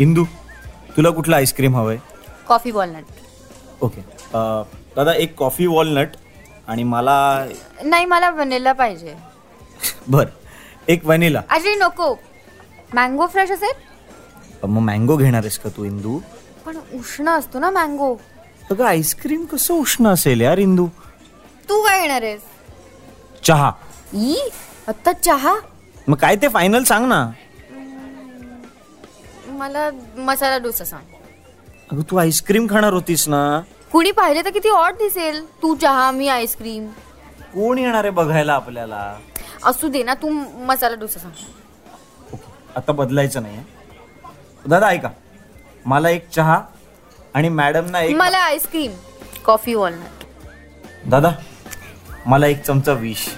इंदू तुला कुठलं आईस्क्रीम हवंय कॉफी वॉलनट ओके अ, दादा एक कॉफी वॉलनट आणि मला नाही मला व्हॅनिला पाहिजे बर एक व्हॅनिला अरे नको मँगो फ्रेश असेल मग मँगो घेणार आहेस का तू इंदू पण उष्ण असतो ना मँगो अगं आईस्क्रीम कसं उष्ण असेल यार इंदू तू काय येणार आहेस चहा ई आत्ता चहा मग काय ते फायनल सांग ना मला मसाला डोसा सांग अगं तू आईस्क्रीम खाणार होतीस ना कुणी पाहिले तर किती ऑड दिसेल तू चहा मी आईस्क्रीम कोण येणार आहे बघायला आपल्याला असू दे ना तू मसाला डोसा सांग ओके आता बदलायचं नाही हं. दादा ऐका मला एक चहा आणि मॅडमना एक मला आईस्क्रीम कॉफी वॉलनट दादा मला एक चमचा विष